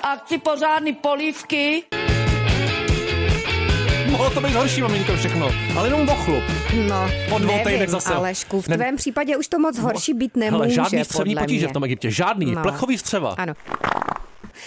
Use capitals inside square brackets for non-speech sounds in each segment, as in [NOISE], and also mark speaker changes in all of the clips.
Speaker 1: a chci pořádný polívky.
Speaker 2: Mohlo to být horší, maminko, všechno. Ale jenom ochlup.
Speaker 3: No,
Speaker 2: Po dvou
Speaker 3: nevím,
Speaker 2: týdnech zase.
Speaker 3: Alešku, v
Speaker 2: Ne-
Speaker 3: tvém případě už to moc horší být nemůže,
Speaker 2: Hele, žádný střevní
Speaker 3: podle
Speaker 2: potíže
Speaker 3: mě.
Speaker 2: v tom Egyptě. Žádný.
Speaker 3: No.
Speaker 2: Plechový střeva.
Speaker 3: Ano.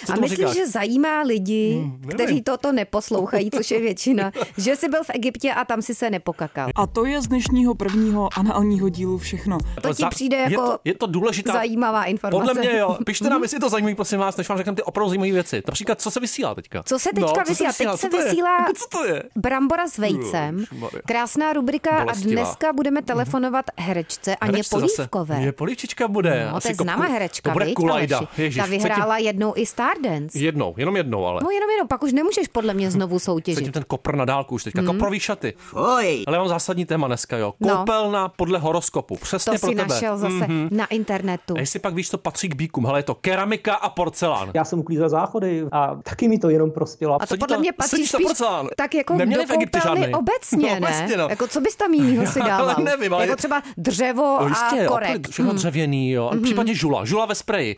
Speaker 2: Co
Speaker 3: A
Speaker 2: tomu
Speaker 3: myslím,
Speaker 2: říkáš? Hmm,
Speaker 3: že zajímá lidi,
Speaker 2: nevím.
Speaker 3: kteří toto neposlouchají, což je většina, [LAUGHS] že jsi byl v Egyptě a tam si se nepokakal.
Speaker 4: A to je z dnešního prvního análního dílu všechno.
Speaker 3: To ti
Speaker 2: Za-
Speaker 3: přijde
Speaker 2: je
Speaker 3: jako
Speaker 2: to, je to důležitá,
Speaker 3: zajímavá informace. Mhm.
Speaker 2: Podle mě jo. Pište nám, jestli je to zajímavý, prosím vás, než vám řekneme ty opravdu zajímavé věci. Například, co se vysílá teďka? No,
Speaker 3: Co se teďka
Speaker 2: co
Speaker 3: vysílá? Teď se
Speaker 2: Co to je?
Speaker 3: vysílá-
Speaker 2: Jako, co to je?
Speaker 3: Brambora s vejcem,
Speaker 2: Ježišmarja.
Speaker 3: krásná rubrika
Speaker 2: Bolestivá. Mhm.
Speaker 3: a dneska budeme telefonovat herečce Aně
Speaker 2: Herečce zase.
Speaker 3: Polívkové.
Speaker 2: Je polívčička bude.
Speaker 3: No, to je
Speaker 2: Asi jako
Speaker 3: známá
Speaker 2: ku-
Speaker 3: herečka,
Speaker 2: To bude
Speaker 3: viď,
Speaker 2: kulajda.
Speaker 3: Aleši?
Speaker 2: Ježiš,
Speaker 3: Ta
Speaker 2: chce tím-
Speaker 3: vyhrála jednou i Stardance.
Speaker 2: Jednou, jenom jednou, ale.
Speaker 3: No jenom, jenom, pak už nemůžeš podle mě znovu
Speaker 2: Chce tím
Speaker 3: soutěžit.
Speaker 2: ten kopr na dálku už teďka. Koprový šaty.
Speaker 5: Oj,
Speaker 2: Ale já mám zásadní téma dneska, jo.
Speaker 3: Mhm. No.
Speaker 2: Koupelna podle horoskopu. Přesně
Speaker 3: To
Speaker 2: pro
Speaker 3: si
Speaker 2: tebe. Mhm.
Speaker 3: našel zase na internetu.
Speaker 2: A jestli pak víš, co patří k bíkům, hele, je to keramika a porcelán.
Speaker 6: Já jsem uklízel záchody a taky mi to jenom prospělo.
Speaker 3: A to
Speaker 2: sedí
Speaker 3: podle
Speaker 2: tam-
Speaker 3: mě patří
Speaker 2: sedíš tam
Speaker 3: spíš
Speaker 2: porcelán.
Speaker 3: tak jako
Speaker 2: Neměli
Speaker 3: Neměli
Speaker 2: v
Speaker 3: do
Speaker 2: Egyptě
Speaker 3: koupelny
Speaker 2: žádný.
Speaker 3: obecně,
Speaker 2: No,
Speaker 3: ne?
Speaker 2: vlastně, no.
Speaker 3: Jako co bys tam jinýho
Speaker 2: [LAUGHS]
Speaker 3: si
Speaker 2: Já
Speaker 3: dával?
Speaker 2: nevím, ale-
Speaker 3: Jako třeba dřevo
Speaker 2: No
Speaker 3: a
Speaker 2: jistě,
Speaker 3: korek. Mhm.
Speaker 2: opravdu, všechno dřevěný, jo. Mm-hmm. Případně žula, žula ve spreji.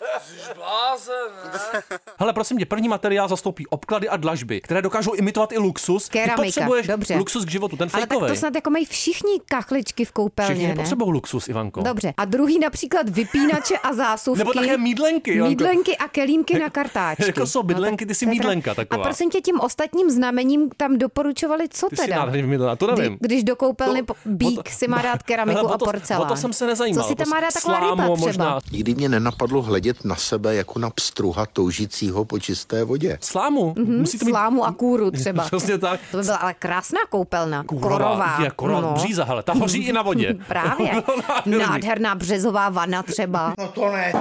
Speaker 2: [LAUGHS] Hele, prosím tě, první materiál zastoupí obklady a dlažby, které dokážou imitovat i luxus.
Speaker 3: Keramika,
Speaker 2: Ty potřebuješ
Speaker 3: dobře.
Speaker 2: luxus k životu, ten
Speaker 3: Ale tak
Speaker 2: fejkovej.
Speaker 3: to snad jako mají všichni kachličky
Speaker 2: Všichni
Speaker 3: v koupelně, ne?
Speaker 2: potřebují luxus, Ivanko.
Speaker 3: Dobře. A druhý například vypínače a zásuvky.
Speaker 2: Nebo také mídlenky, Janko.
Speaker 3: Mídlenky a kelímky na
Speaker 2: [LAUGHS]
Speaker 3: kartáčky. No,
Speaker 2: jako jsou bydlenky,
Speaker 3: tak
Speaker 2: ty jsi
Speaker 3: to je
Speaker 2: mídlenka
Speaker 3: pravda.
Speaker 2: taková.
Speaker 3: A prosím tě, tím ostatním znamením tam doporučovali, co
Speaker 2: Ty jsi
Speaker 3: teda?
Speaker 2: nádherně vymydlená, to nevím.
Speaker 3: Kdy- Když do koupelny
Speaker 2: To-
Speaker 3: po- bík
Speaker 2: o to- [LAUGHS]
Speaker 3: si má dát keramiku
Speaker 2: Hele, o
Speaker 3: a
Speaker 2: to-
Speaker 3: porcelán.
Speaker 2: O to jsem se nezajímal.
Speaker 3: Co si tam
Speaker 2: To
Speaker 3: má dát taková
Speaker 2: slámo
Speaker 3: ryba třeba?
Speaker 2: možná.
Speaker 7: Nikdy mě nenapadlo hledět na sebe jako na pstruha toužícího po čisté vodě.
Speaker 2: Slámu. Mm-hmm, Musí to mít
Speaker 3: Mhm, Slámu
Speaker 2: [LAUGHS]
Speaker 3: a kůru třeba.
Speaker 2: Přesně tak.
Speaker 3: To by byla ale krásná koupelna.
Speaker 2: Kůrová. Je, korová no. bříza, hele, ta
Speaker 3: [LAUGHS]
Speaker 2: hoří i na vodě.
Speaker 3: Právě.
Speaker 2: [LAUGHS] No, nádherný.
Speaker 3: Nádherná březová vana třeba.
Speaker 2: Hele,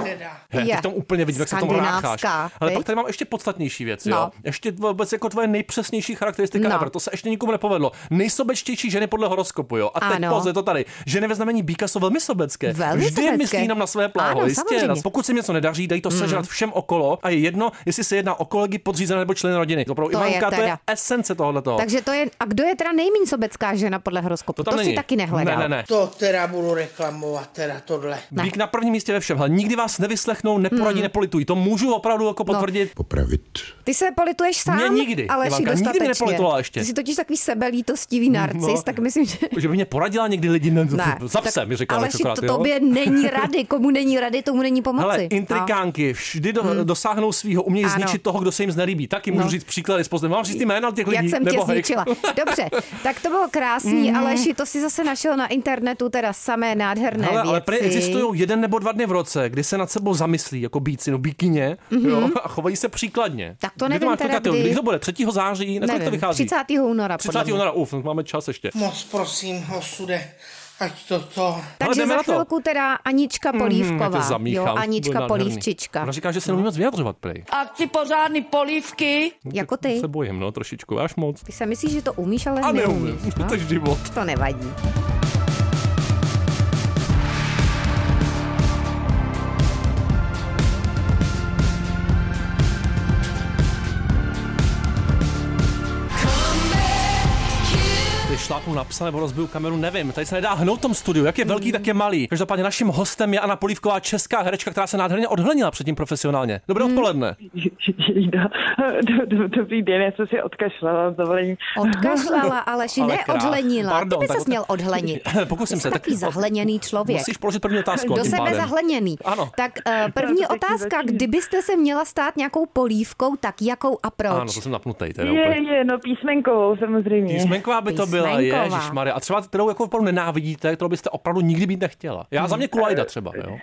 Speaker 3: je.
Speaker 2: Ty v tom úplně vidím, jak se v tom rácháš.
Speaker 3: Skandinávská,
Speaker 2: Ale
Speaker 3: viď?
Speaker 2: pak tady mám ještě podstatnější věc,
Speaker 3: No.
Speaker 2: jo. Ještě vůbec jako tvoje nejpřesnější charakteristika
Speaker 3: No.
Speaker 2: ever. To se ještě nikomu nepovedlo. Nejsobečtější ženy podle horoskopu, jo. A teď
Speaker 3: Ano.
Speaker 2: pozor, je to tady. Ženy ve znamení bíka jsou velmi sobecké.
Speaker 3: Velmi
Speaker 2: Vždy
Speaker 3: sobecké.
Speaker 2: myslí jenom na své pláho.
Speaker 3: Ano,
Speaker 2: Jistě,
Speaker 3: samozřejmě. Mm.
Speaker 2: nás- pokud se jim něco nedaří, dají to sežrat všem okolo a je jedno, jestli se jedná o kolegy, podřízené nebo členy rodiny. To, pro
Speaker 3: To je
Speaker 2: Ivanka, to je
Speaker 3: teda.
Speaker 2: esence tohohle toho.
Speaker 3: Takže to je, a kdo je teda nejmín sobecká žena podle horoskopu?
Speaker 2: To
Speaker 3: To,
Speaker 2: tam není.
Speaker 3: si taky nehledal.
Speaker 2: Ne, ne, ne.
Speaker 5: to teda budu reklamovat, teda tohle.
Speaker 3: Ne. Hmm.
Speaker 2: Bík na prvním místě ve všem. Hele, nikdy vás nevyslechnou, neporadí, nepolitují. To můžu opravdu jako
Speaker 3: No.
Speaker 2: potvrdit.
Speaker 7: Popravit.
Speaker 3: Ty se polituješ sám,
Speaker 2: Mě nikdy,
Speaker 3: ale
Speaker 2: Ivanka, nikdy mi nepolitovala ještě.
Speaker 3: Ty jsi totiž takový sebelítostivý narcis,
Speaker 2: No.
Speaker 3: tak myslím, že...
Speaker 2: [LAUGHS] Že by mě poradila někdy lidi, ne,
Speaker 3: Ne,
Speaker 2: zapse,
Speaker 3: tak
Speaker 2: No, mi říkala
Speaker 3: Ale
Speaker 2: čokolád,
Speaker 3: to
Speaker 2: jo.
Speaker 3: tobě není rady, komu není rady, tomu není pomoci.
Speaker 2: Hele,
Speaker 3: No. Mm.
Speaker 2: intrikánky vždy do, dosáhnou svého, umějí
Speaker 3: Ano.
Speaker 2: zničit toho, kdo se jim znelíbí. Taky můžu
Speaker 3: No.
Speaker 2: říct příklady z Plzně. Mám říct ty jména těch lidí?
Speaker 3: Jak jsem
Speaker 2: nebo Mm.
Speaker 3: tě
Speaker 2: hejk?
Speaker 3: zničila. Dobře, tak to bylo krásný, Aleši, to si zase našel na internetu, teda samé nádherné
Speaker 2: [LAUGHS] Hele,
Speaker 3: věci.
Speaker 2: ale prý existují jeden nebo dva dny v roce, kdy se nad sebou zamyslí, jako bíci, no bíkyně, jo, a chovají se příkladně.
Speaker 3: Mhm. Tak to
Speaker 2: Kdy
Speaker 3: nevím
Speaker 2: máš
Speaker 3: teda,
Speaker 2: klikatý?
Speaker 3: kdy.
Speaker 2: Kdy to bude? 3. září? Na kolik
Speaker 3: Nevím,
Speaker 2: to vychází?
Speaker 3: 30. února.
Speaker 2: 30.
Speaker 3: podle mě.
Speaker 2: února, uf, no, máme čas ještě.
Speaker 5: Moc prosím, osude, ať to to.
Speaker 3: Takže
Speaker 2: jdeme
Speaker 3: za
Speaker 2: na to. Mhm,
Speaker 3: chvilku teda Anička
Speaker 2: Já to
Speaker 3: Polívková.
Speaker 2: zamíchám.
Speaker 3: jo,
Speaker 2: bude
Speaker 3: Anička
Speaker 2: nádherný.
Speaker 3: Polívčička.
Speaker 2: Ona říká, že se nemůžeme moc vyjadřovat, prej.
Speaker 1: A chci pořádný polívky.
Speaker 3: Jako ty.
Speaker 2: Se bojím, no, trošičku, až moc.
Speaker 3: Ty se myslíš, že to umíš, ale
Speaker 2: A
Speaker 3: neumíš.
Speaker 2: neumím, [LAUGHS]
Speaker 3: no?
Speaker 2: to je život.
Speaker 3: To nevadí.
Speaker 2: Ty šlápnu na psa nebo rozbiju kameru, nevím. Tady se nedá hnout v tom studiu, jak je velký, tak je malý. Každopádně naším hostem je Anna Polívková, česká herečka, která se nádherně odhlenila předtím profesionálně.
Speaker 3: Mm.
Speaker 2: Dobré odpoledne.
Speaker 8: Jda. Do- do- Dobrý den, já jsem si odkašlala z dovolení.
Speaker 3: Odkašlala, Aleši,
Speaker 2: Ale
Speaker 3: ne
Speaker 2: krá-
Speaker 3: odhlenila.
Speaker 2: pardon,
Speaker 3: ty by
Speaker 2: tak
Speaker 3: ses
Speaker 2: od-
Speaker 3: měl odhlenit.
Speaker 2: [LAUGHS] Pokusím
Speaker 3: Jsi
Speaker 2: se.
Speaker 3: takový zahleněný člověk.
Speaker 2: Musíš položit první otázku. a
Speaker 3: Do
Speaker 2: tím
Speaker 3: sebe
Speaker 2: pádem.
Speaker 3: zahleněný.
Speaker 2: Ano.
Speaker 3: Tak eh, první
Speaker 8: to taky
Speaker 3: otázka,
Speaker 8: začíná.
Speaker 3: kdybyste se měla stát nějakou polívkou, tak jakou a proč?
Speaker 2: Ano, to jsem napnutý. Teda
Speaker 8: Je,
Speaker 2: úplně.
Speaker 8: je, no písmenkovou samozřejmě.
Speaker 2: Písmenková by to byla,
Speaker 3: Písmenková.
Speaker 2: Ježíš Maria. A třeba kterou jako opravdu nenávidíte, kterou byste opravdu nikdy být nechtěla. Já
Speaker 3: Mm.
Speaker 2: za mě Kulajda třeba, jo.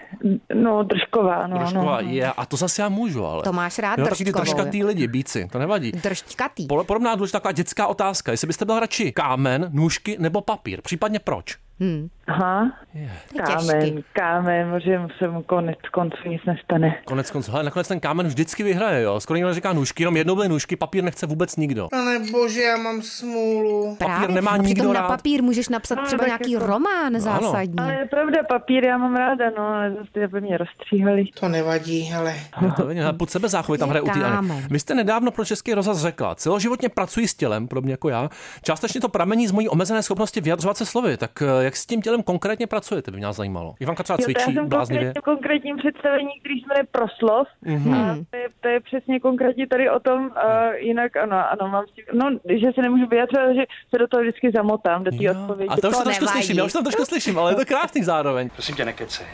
Speaker 8: No, držková, no,
Speaker 2: Trošková,
Speaker 8: no.
Speaker 2: je, a to zase já můžu, ale.
Speaker 3: To máš rád
Speaker 2: jo, taky ty
Speaker 3: Držkovou, jo?
Speaker 2: držkatý lidi, bíci, to nevadí.
Speaker 3: Držťkatý.
Speaker 2: Pole- Podobná důležitá taková dětská otázka, jestli byste byl radši kámen, nůžky nebo papír, případně proč?
Speaker 8: Aha,
Speaker 3: To je těžký.
Speaker 8: kámen, kámen, že se mu konec konců nic nestane.
Speaker 2: Konec konců, hele, nakonec ten kámen vždycky vyhraje, jo. Skoro někdo říká nůžky, jenom jednou byly nůžky, papír nechce vůbec nikdo.
Speaker 3: [LAUGHS]
Speaker 5: Pane No bože, já mám smůlu.
Speaker 2: Papír
Speaker 3: Právě.
Speaker 2: nemá
Speaker 3: a přitom
Speaker 2: nikdo
Speaker 3: na
Speaker 2: rád.
Speaker 3: papír můžeš napsat
Speaker 8: No,
Speaker 3: třeba
Speaker 8: tak
Speaker 3: nějaký
Speaker 8: jako-
Speaker 3: román zásadní.
Speaker 8: Ale je pravda, papír já mám ráda, no, ale zase by mě rozstříhali.
Speaker 5: To nevadí, ale
Speaker 2: Já to vidím, ale pod sebe záchovy tam hraje u té Ani.
Speaker 3: Kámen.
Speaker 2: Vy jste nedávno pro Český rozhlas řekla, celoživotně pracuji s tělem, podobně jako já. Částečně to pramení z mojí omezené schopnosti vyjadřovat se slovy. Tak eh, Jak s tím tělem konkrétně pracujete, by mě zajímalo. Ivanka třeba
Speaker 8: Jo, to
Speaker 2: cvičí
Speaker 8: já jsem
Speaker 2: bláznivě.
Speaker 8: konkrétně, konkrétním představení, který jsme proslov.
Speaker 2: Mhm.
Speaker 8: Mm-hmm. A to, je, to je přesně konkrétně tady o tom, uh, jinak ano, ano, mám s tím, no, že se nemůžu vyjadřovat, že se do toho vždycky zamotám, do té
Speaker 2: Jo.
Speaker 8: odpovědi.
Speaker 2: A to už
Speaker 3: To
Speaker 2: to trošku
Speaker 3: nevadí.
Speaker 2: slyším, já už to trošku slyším, ale je to krásný zároveň.
Speaker 9: Prosím tě, nekecej.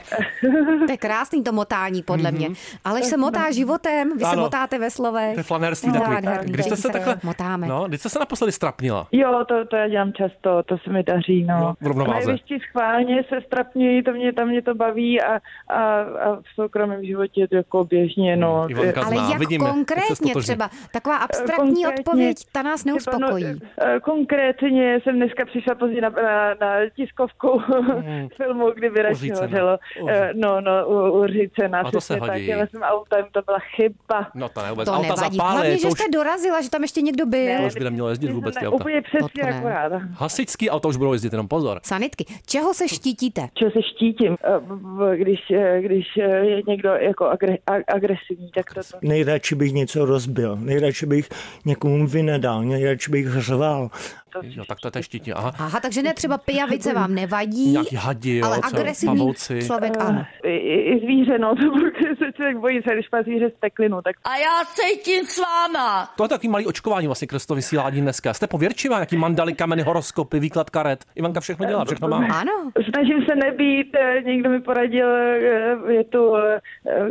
Speaker 3: To je krásný to motání, podle mě. Ale se
Speaker 8: no.
Speaker 3: motá životem, vy se
Speaker 2: Mhm. Ano.
Speaker 3: motáte ve slovech.
Speaker 2: To je flanérství
Speaker 3: No,
Speaker 2: takový.
Speaker 3: nádherný,
Speaker 2: Když jste
Speaker 3: tím
Speaker 2: se takhle,
Speaker 3: motáme.
Speaker 2: no, když jste se naposledy strapnila.
Speaker 8: Jo, to, to já dělám často, to se mi daří,
Speaker 2: No,
Speaker 8: no.
Speaker 2: v rovnováze.
Speaker 8: Na jevišti schválně se strapňuji, to mě, tam mě to baví a, a, a v soukromém životě je to jako běžně, no.
Speaker 2: Hmm, Ivanka
Speaker 8: Eh,
Speaker 3: Ale
Speaker 2: zná,
Speaker 3: jak
Speaker 2: vidíme, jak se
Speaker 3: konkrétně
Speaker 2: ztotožní.
Speaker 3: třeba? Taková abstraktní
Speaker 8: konkrétně
Speaker 3: odpověď, ta nás
Speaker 8: třeba,
Speaker 3: neuspokojí.
Speaker 8: No, eh, konkrétně jsem dneska přišla pozdě na, na, na tiskovku
Speaker 2: Hmm.
Speaker 8: [LAUGHS] filmu, kdy
Speaker 2: Uřícena.
Speaker 8: vyračilo řelo. Eh, No, no, u- uřícena.
Speaker 2: A to se
Speaker 8: přesně tak.
Speaker 2: hodí.
Speaker 8: Jela jsem autem, to byla chyba.
Speaker 2: No to ne, vůbec.
Speaker 3: To
Speaker 2: auta
Speaker 3: nevadí.
Speaker 2: zapálí,
Speaker 3: Hlavně,
Speaker 2: to
Speaker 3: že
Speaker 2: už,
Speaker 3: jste dorazila, že tam ještě někdo byl.
Speaker 2: to už by nemělo jezdit vůbec ty
Speaker 8: Ne,
Speaker 2: auta.
Speaker 8: úplně přesně
Speaker 3: To ne.
Speaker 8: akorát.
Speaker 2: Hasičský auta už budou jezdit, jenom pozor.
Speaker 3: Sanitky. Čeho se štítíte?
Speaker 8: Čeho se štítím, eh, v- v- když, eh, když eh, je někdo jako agre, a- agresivní, tak to, to
Speaker 10: Nejradši bych něco rozbil, nejradši bych někomu vynedal, nejradši bych řval.
Speaker 2: Jo, tak to je ta štítí. Aha,
Speaker 3: Aha, takže ne třeba pijavice vám nevadí,
Speaker 2: nějaký hadi, jo,
Speaker 3: ale
Speaker 2: co,
Speaker 3: agresivní
Speaker 2: pavouci. Eh,
Speaker 3: člověk ano.
Speaker 8: i, i zvíře, no, [LAUGHS] to protože se člověk bojí, se, když má zvíře z teklinu, tak
Speaker 1: A já cítím s váma.
Speaker 2: To je takový malý očkování vlastně kresto vysílání dneska. Jste pověrčivá, jaký mandaly, kameny, horoskopy, výklad karet. Ivanka všechno dělá, všechno má.
Speaker 3: Ano.
Speaker 8: Snažím se nebýt, eh, někdo mi poradil, eh, je tu, eh,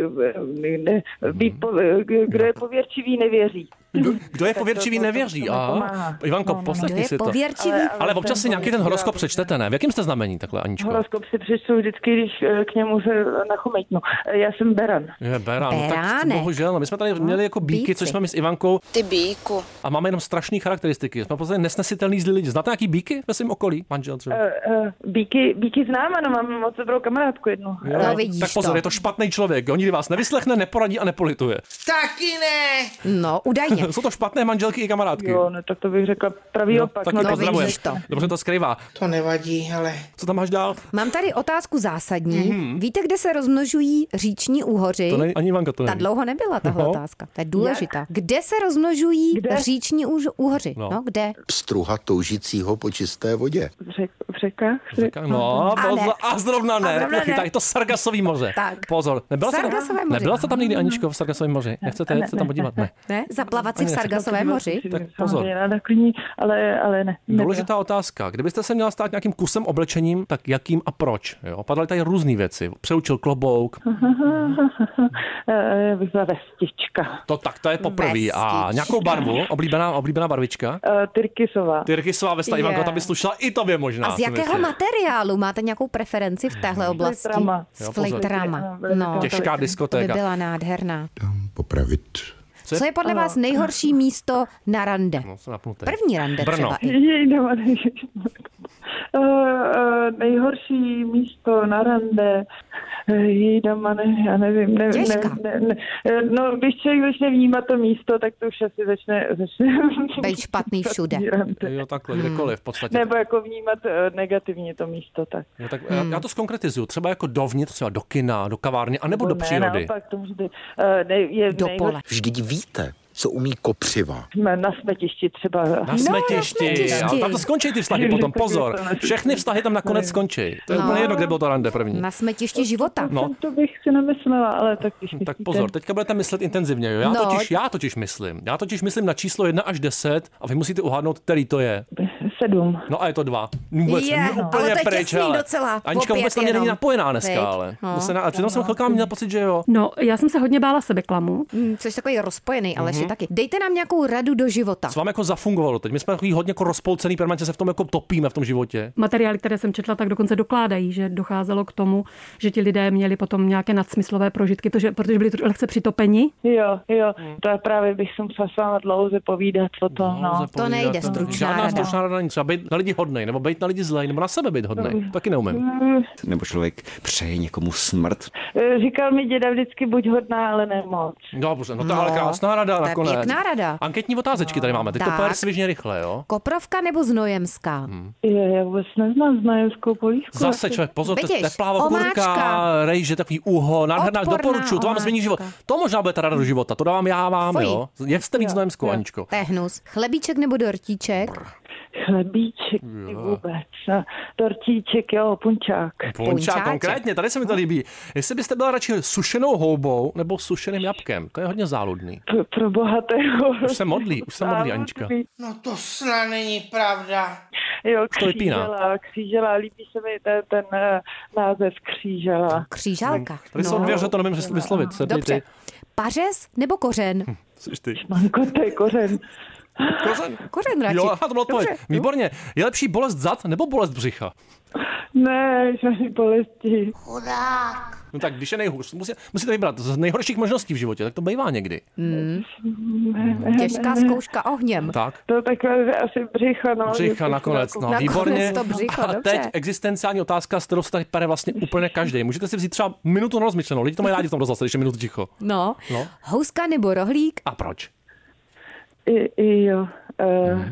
Speaker 8: eh, ne, být, po- eh, kdo je pověrčivý, nevěří.
Speaker 2: Kdo, kdo je pověrčivý, nevěří. Aha. Ivanko,
Speaker 3: Kdo
Speaker 2: poslechni
Speaker 3: je
Speaker 2: si to.
Speaker 3: pověrčivý?
Speaker 2: Ale občas si nějaký ten horoskop přečtete, ne? V jakém jste znamení takhle, Aničko?
Speaker 8: Horoskop si přečtu vždycky, když eh, k němu se nachometnu. Eh, Já jsem Beran.
Speaker 2: Je, Beran, no tak
Speaker 3: Beránek.
Speaker 2: bohužel, no, my jsme tady měli jako bíky,
Speaker 3: bíci.
Speaker 2: což jsme my s Ivankou,
Speaker 1: Ty bíku.
Speaker 2: a máme jenom strašné charakteristiky. Jsme prostě nesnesitelný zlí lidi. Znáte nějaký bíky ve svém okolí, manžel třeba?
Speaker 8: Eh, eh, Bíky, bíky znám, ano, no, mám moc dobrou kamarádku jednu.
Speaker 2: Jo.
Speaker 3: No, vidíš
Speaker 2: tak pozor,
Speaker 3: to.
Speaker 2: je to špatný člověk, jo, nikdy vás nevyslechne, neporadí a nepolituje. [LAUGHS]
Speaker 5: Taky ne.
Speaker 3: No, údajně.
Speaker 2: Jsou to špatné manželky i kamarádky.
Speaker 8: Jo, no tak to bych řekla pravý opak.
Speaker 2: taky
Speaker 8: no, tak-
Speaker 2: pozdravujem.
Speaker 3: vidíš to.
Speaker 2: Dobře to skrývá.
Speaker 5: To nevadí, ale
Speaker 2: Co tam máš dál?
Speaker 3: Mám tady otázku zásadní. Víte, kde se rozmnožují říční úhoři?
Speaker 2: Mhm. To není, ani Ivanka to
Speaker 3: Ta
Speaker 2: není.
Speaker 3: dlouho nebyla tahle
Speaker 2: No.
Speaker 3: otázka. To je důležitá. Kde se rozmnožují říční úž- úhoři?
Speaker 2: No.
Speaker 3: No, kde?
Speaker 7: Pstruha toužícího po čisté vodě.
Speaker 8: v řek- v řekách?
Speaker 2: Říká, No,
Speaker 3: A
Speaker 2: a,
Speaker 3: ne.
Speaker 2: a zrovna
Speaker 3: A
Speaker 2: ne.
Speaker 3: zrovna ne.
Speaker 2: Tak to Sargasový moře.
Speaker 3: Tak.
Speaker 2: Pozor, nebyla jste,
Speaker 3: Sargasové moře. No.
Speaker 2: nebyla jste tam někdy Aničko v Sargasovém moři? Nechcete jet se tam podívat?
Speaker 3: [LAUGHS]
Speaker 2: Ne.
Speaker 3: Ne? Zaplavat si v
Speaker 2: Ani nechci.
Speaker 3: Sargasovém moři?
Speaker 2: Tak
Speaker 8: Samozřejmě
Speaker 2: pozor.
Speaker 8: Ráda klidní, ale, ale ne. nebyla.
Speaker 2: Důležitá otázka. Kdybyste se měla stát nějakým kusem oblečením, tak jakým a proč? Jo? Padaly tady různé věci. Přeučil klobouk,
Speaker 8: [LAUGHS]
Speaker 3: Hm.
Speaker 8: Eh, Já bych byla vestička.
Speaker 2: to tak, to je poprvé. A
Speaker 3: Vestička.
Speaker 2: nějakou barvu, oblíbená, oblíbená barvička.
Speaker 8: Eh, Tyrkisová.
Speaker 2: Tyrkysová vesta
Speaker 3: Je.
Speaker 2: Ivanko, ta by slušela i tobě možná.
Speaker 3: A z
Speaker 2: si
Speaker 3: jakého
Speaker 2: myslím. Mhm.
Speaker 3: materiálu máte nějakou preferenci v téhle oblasti?
Speaker 8: Flitrama.
Speaker 3: S
Speaker 2: Jo, pozor.
Speaker 3: flitrama. No,
Speaker 2: Těžká
Speaker 3: to by
Speaker 2: diskotéka.
Speaker 3: byla nádherná.
Speaker 7: Dám popravit.
Speaker 2: je-
Speaker 3: Co je podle vás nejhorší místo na rande?
Speaker 2: No, jsem napnutý.
Speaker 3: První rande
Speaker 2: Brno.
Speaker 3: třeba. i.
Speaker 8: Jej, doma, Eh, nejhorší místo na rande. Jej, doma, ne, já nevím. Ne, ne,
Speaker 3: Těžká.
Speaker 8: ne, ne, Eh, No, když člověk začne vnímat to místo, tak to už asi začne... začne
Speaker 3: Být špatný všude.
Speaker 8: rande.
Speaker 2: Jo, takhle,
Speaker 3: Hmm.
Speaker 2: kdekoliv v podstatě.
Speaker 8: [LAUGHS] Nebo jako vnímat eh, negativně to místo, tak.
Speaker 2: Jo, tak eh, já- já to zkonkretizuju. Třeba jako dovnitř, třeba do kina, do kavárny, anebo do
Speaker 8: ne,
Speaker 2: přírody.
Speaker 8: Naopak, to může být, eh, ne, je
Speaker 3: Do pole.
Speaker 7: Vždyť víte, co umí kopřiva.
Speaker 8: nejhorší na smetišti třeba.
Speaker 3: No,
Speaker 2: Na smetišti.
Speaker 3: smetišti.
Speaker 2: ale tam to skončí ty vztahy
Speaker 3: [LAUGHS]
Speaker 2: potom, pozor. Všechny vztahy tam nakonec skončí. To je
Speaker 3: No.
Speaker 2: úplně jedno, kde bylo to rande první.
Speaker 3: Na smetišti života.
Speaker 8: [LAUGHS]
Speaker 2: No,
Speaker 8: To bych si nemyslela, ale tak když
Speaker 2: tak
Speaker 8: myslíte.
Speaker 2: pozor, teďka budete myslet intenzivně. Jo? Já,
Speaker 3: No.
Speaker 2: totiž, já totiž myslím. Já totiž myslím na číslo 1 až 10 a vy musíte uhádnout, který to je.
Speaker 8: Sedm.
Speaker 2: No a je to dva. Vůbec,
Speaker 3: Je,
Speaker 2: je,
Speaker 3: no.
Speaker 2: úplně
Speaker 3: Ale to je
Speaker 2: pryč,
Speaker 3: těsný
Speaker 2: hele.
Speaker 3: docela,
Speaker 2: Anička
Speaker 3: opět
Speaker 2: vůbec na mě není
Speaker 3: jenom.
Speaker 2: napojená dneska,
Speaker 3: Viď?
Speaker 2: ale.
Speaker 3: No.
Speaker 2: No, se na, ale přitom jsem chvilkám měl pocit, že jo.
Speaker 11: No, já jsem se hodně bála sebeklamu.
Speaker 3: Hm, Což takový rozpojený, ale ještě taky. Dejte nám nějakou radu do života.
Speaker 2: Mhm. Co vám jako zafungovalo teď? My jsme takový hodně jako rozpolcený, permanentně se v tom jako topíme v tom životě.
Speaker 11: Materiály, které jsem četla, tak dokonce dokládají, že docházelo k tomu, že ti lidé měli potom nějaké nadsmyslové prožitky, protože, protože byli tr- lehce přitopeni.
Speaker 8: Jo, jo,
Speaker 3: Hmm.
Speaker 8: to je právě bych se musela s váma dlouze povídat o tom, no.
Speaker 2: zapovídat,
Speaker 3: nejde,
Speaker 2: to-
Speaker 3: stručná
Speaker 2: Žádná
Speaker 3: rada.
Speaker 2: stručná rada není. Třeba být na lidi hodnej, nebo být na lidi zlej, nebo na sebe být hodnej. Taky neumím.
Speaker 9: Nebo člověk přeje někomu smrt.
Speaker 8: Eh, Říkal mi děda vždycky, buď hodná, ale ne moc.
Speaker 2: Dobře, no to je
Speaker 3: No,
Speaker 2: ale krásná rada
Speaker 3: to je
Speaker 2: nakonec.
Speaker 3: pěkná rada.
Speaker 2: Anketní otázečky tady máme, teď to
Speaker 3: Tak.
Speaker 2: pár svižně rychle, jo?
Speaker 3: Koprovka nebo znojemská?
Speaker 2: Hmm.
Speaker 8: Je, já vůbec neznám znajemskou polívku.
Speaker 2: Zase člověk, pozor, to je
Speaker 3: Vidíš,
Speaker 2: teplá okurka,
Speaker 3: omáčka.
Speaker 2: rejže, takový uho, nádherná,
Speaker 3: Odporná
Speaker 2: doporučuji, to vám změní život.
Speaker 3: omáčka.
Speaker 2: To možná bude ta rada do života, to dávám já vám,
Speaker 3: Fuj.
Speaker 2: jo? Jste víc znojemskou, Aničko.
Speaker 3: To je hnus. Chlebíček nebo dortíček?
Speaker 8: Chlebíček, ty vůbec. no, Tortíček, jo, punčák.
Speaker 2: Punčák konkrétně, tady se
Speaker 3: Mhm.
Speaker 2: mi to líbí. Jestli byste byla radši sušenou houbou nebo sušeným jabkem, to je hodně záludný.
Speaker 8: Pro, pro bohatého.
Speaker 2: Už se modlí, už
Speaker 8: [LAUGHS]
Speaker 2: se modlí, Anička.
Speaker 8: No to snad není pravda. Jo, křížela, křížela, líbí se mi ten, ten eh, název křížela.
Speaker 3: Křížalka.
Speaker 2: Tady jsou dvě, že to nevím vyslovit. Se Hm. ty-
Speaker 3: No. Dobře.
Speaker 2: ty- Hm.
Speaker 3: Pařez nebo kořen?
Speaker 2: Jsi ty.
Speaker 8: Manko, to je kořen.
Speaker 2: Kořen.
Speaker 3: Kořen radši.
Speaker 2: Jo, aha, to byla odpověď.
Speaker 3: Dobře.
Speaker 2: Výborně. Je lepší bolest zad nebo bolest břicha?
Speaker 8: Ne, žádný bolesti.
Speaker 2: No tak když je nejhůř, musí, musíte vybrat z nejhorších možností v životě, tak to bývá někdy.
Speaker 3: Hmm.
Speaker 8: Ne, ne,
Speaker 3: Těžká
Speaker 8: ne, ne.
Speaker 3: zkouška ohněm.
Speaker 2: Tak.
Speaker 8: To takhle že asi břicho, no.
Speaker 2: Břicha
Speaker 8: něco
Speaker 2: nakonec, no,
Speaker 8: takového.
Speaker 2: výborně.
Speaker 3: to břicho,
Speaker 2: a
Speaker 3: dobře.
Speaker 2: teď existenciální otázka, s kterou se tady pere vlastně úplně každý. Můžete si vzít třeba minutu na rozmyšlenou. Lidi to mají rádi v tom rozhlase, když je minutu ticho.
Speaker 3: No.
Speaker 2: No.
Speaker 3: Houska nebo rohlík?
Speaker 2: A proč? no.
Speaker 8: I, i jo. Uh,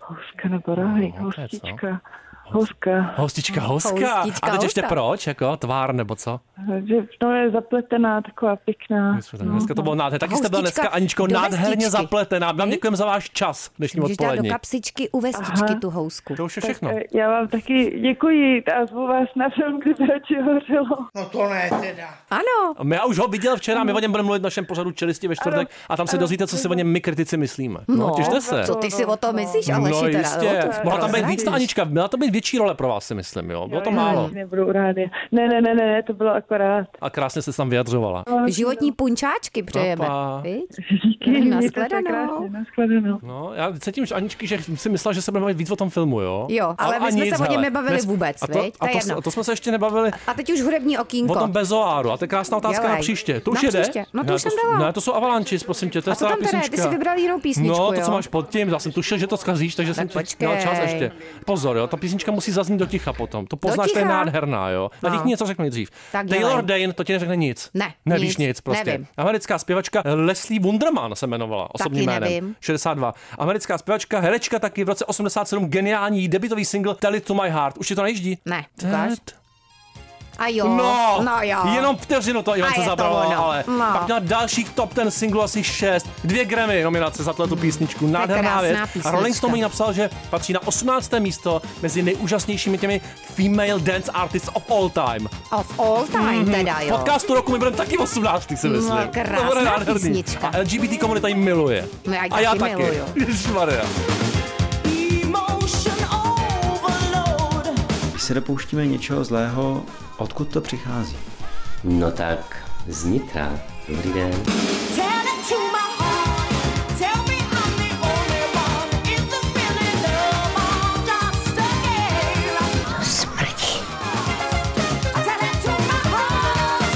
Speaker 8: houska nebo rohlík,
Speaker 2: Mhm. No, to je co?
Speaker 8: houstička. Houska.
Speaker 2: Hostička, hoska.
Speaker 3: Hostička,
Speaker 2: a teď ještě
Speaker 3: hoska.
Speaker 2: proč? Jako tvár nebo co?
Speaker 8: Že no, je zapletená, taková pěkná.
Speaker 2: Dneska to bylo nádherné. Taky jste byla
Speaker 3: Hostička
Speaker 2: dneska, Aničko,
Speaker 3: do
Speaker 2: nádherně
Speaker 3: vestičky.
Speaker 2: zapletená. Vám děkujeme za váš čas dnešním
Speaker 3: Můžeš dát do
Speaker 2: odpolední.
Speaker 3: kapsičky u vestičky tu housku.
Speaker 2: To už je všechno.
Speaker 8: Eh, Já vám taky děkuji a zvu vás na film, kdyby radši hořelo.
Speaker 5: No to ne teda.
Speaker 3: Ano.
Speaker 2: My já už ho viděl včera, my o něm budeme mluvit v našem pořadu Čelisti ve čtvrtek a tam se dozvíte, co si o něm my kritici myslíme. No, těšte se.
Speaker 3: Co ty si o to myslíš, Aleši?
Speaker 2: no
Speaker 3: teda,
Speaker 2: jistě.
Speaker 3: o to
Speaker 2: Mohla tam být
Speaker 3: prozradíš.
Speaker 2: víc ta Anička, měla to být větší role pro vás, si myslím, jo. Bylo to málo.
Speaker 8: Nebudu rádi. Ne, ne, ne, ne, ne, to bylo akorát.
Speaker 2: A krásně se tam vyjadřovala.
Speaker 3: Životní punčáčky
Speaker 2: Pa,
Speaker 3: přejeme.
Speaker 2: pa.
Speaker 3: Viď?
Speaker 8: Díky,
Speaker 3: Na
Speaker 8: mějte se
Speaker 3: shledanou.
Speaker 8: krásně, Na shledanou.
Speaker 2: No, já cítím, že Aničky, že si myslela, že se budeme bavit víc o tom filmu, jo?
Speaker 3: Jo, ale
Speaker 2: A-
Speaker 3: my
Speaker 2: a
Speaker 3: jsme
Speaker 2: nic,
Speaker 3: se o něm
Speaker 2: hele.
Speaker 3: nebavili
Speaker 2: Nes-
Speaker 3: vůbec,
Speaker 2: a to,
Speaker 3: viď? To
Speaker 2: a,
Speaker 3: je
Speaker 2: to,
Speaker 3: jedno.
Speaker 2: a to jsme se ještě nebavili
Speaker 3: A teď už hudební okýnko.
Speaker 2: o tom Bezoáru. A to je krásná otázka
Speaker 3: Jako- Dělej.
Speaker 2: na příště. To už
Speaker 3: Na
Speaker 2: jede?
Speaker 3: příště. No to
Speaker 2: ne,
Speaker 3: už jsem
Speaker 2: s-
Speaker 3: dala.
Speaker 2: Ne, to jsou Avalanches, prosím tě, to je
Speaker 3: A co
Speaker 2: stará
Speaker 3: tam teda je? Ty
Speaker 2: písnička.
Speaker 3: jsi vybral jinou písničku,
Speaker 2: No, to,
Speaker 3: jo?
Speaker 2: co máš pod tím, já jsem tušil, že to zkazíš, takže jsem ti
Speaker 3: počkej.
Speaker 2: měl čas ještě. Pozor, jo, ta písnička musí zaznít do ticha potom. To poznáš, to je
Speaker 3: ticha?
Speaker 2: nádherná, jo. A
Speaker 3: No.
Speaker 2: ti něco řekne dřív.
Speaker 3: Tak
Speaker 2: Taylor
Speaker 3: dělej.
Speaker 2: Dane, to ti neřekne nic.
Speaker 3: Ne,
Speaker 2: Nevíš
Speaker 3: nic,
Speaker 2: nic, prostě.
Speaker 3: nevím.
Speaker 2: Americká zpěvačka Leslie Wunderman se jmenovala osobním
Speaker 3: Taky
Speaker 2: jménem.
Speaker 3: nevím.
Speaker 2: 62. Americká zpěvačka, herečka taky v roce 87 geniální debitový single Tell It to My Heart. Už ti to nejíždí?
Speaker 3: Ne, ukáž.
Speaker 2: Ted.
Speaker 3: A jo,
Speaker 2: No,
Speaker 3: no jo.
Speaker 2: jenom vteřinu to
Speaker 3: A
Speaker 2: Ivance
Speaker 3: je to
Speaker 2: zabralo,
Speaker 3: ono.
Speaker 2: ale
Speaker 3: No.
Speaker 2: pak měla dalších top ten single asi šest, dvě Grammy nominace za tuto písničku, nádherná
Speaker 3: krásná
Speaker 2: věc. A
Speaker 3: písnička.
Speaker 2: Rolling Stone mu ji napsal, že patří na 18. místo mezi nejúžasnějšími těmi female dance artists of all time.
Speaker 3: Of all time teda,
Speaker 2: V
Speaker 3: jo. No,
Speaker 2: podcastu roku my budeme taky 18. si myslím. to
Speaker 3: krásná
Speaker 2: bude nádherný.
Speaker 3: písnička.
Speaker 2: A LGBT komunita ji miluje.
Speaker 3: No já ji
Speaker 2: a já
Speaker 3: taky
Speaker 2: taky.
Speaker 3: miluju.
Speaker 2: Ježišmarja.
Speaker 9: Když se dopouštíme něčeho zlého, odkud to přichází?
Speaker 12: No tak, znitra. Dobrý den.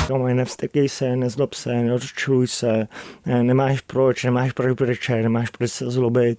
Speaker 10: Doma, nevstekej se, nezlob se, nerozčuj se, eh, nemáš proč, nemáš proč brečet, nemáš proč se zlobit.